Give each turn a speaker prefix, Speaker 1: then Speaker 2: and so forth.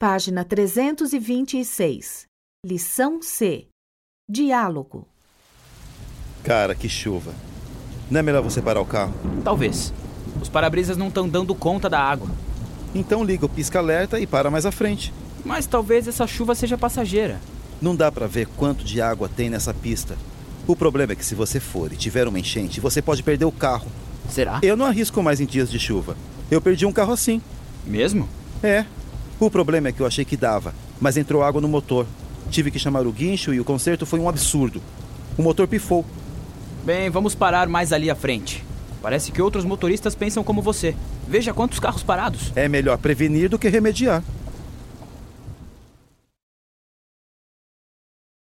Speaker 1: Página 326. Lição C. Diálogo.
Speaker 2: Cara, que chuva. Não é melhor você parar o carro?
Speaker 3: Talvez. Os para-brisas não estão dando conta da água.
Speaker 2: Então liga o pisca-alerta e para mais à frente.
Speaker 3: Mas talvez essa chuva seja passageira.
Speaker 2: Não dá pra ver quanto de água tem nessa pista. O problema é que se você for e tiver uma enchente, você pode perder o carro.
Speaker 3: Será?
Speaker 2: Eu não arrisco mais em dias de chuva. Eu perdi um carro assim.
Speaker 3: Mesmo?
Speaker 2: É. O problema é que eu achei que dava, mas entrou água no motor. Tive que chamar o guincho e o conserto foi um absurdo. O motor pifou.
Speaker 3: Bem, vamos parar mais ali à frente. Parece que outros motoristas pensam como você. Veja quantos carros parados.
Speaker 2: É melhor prevenir do que remediar.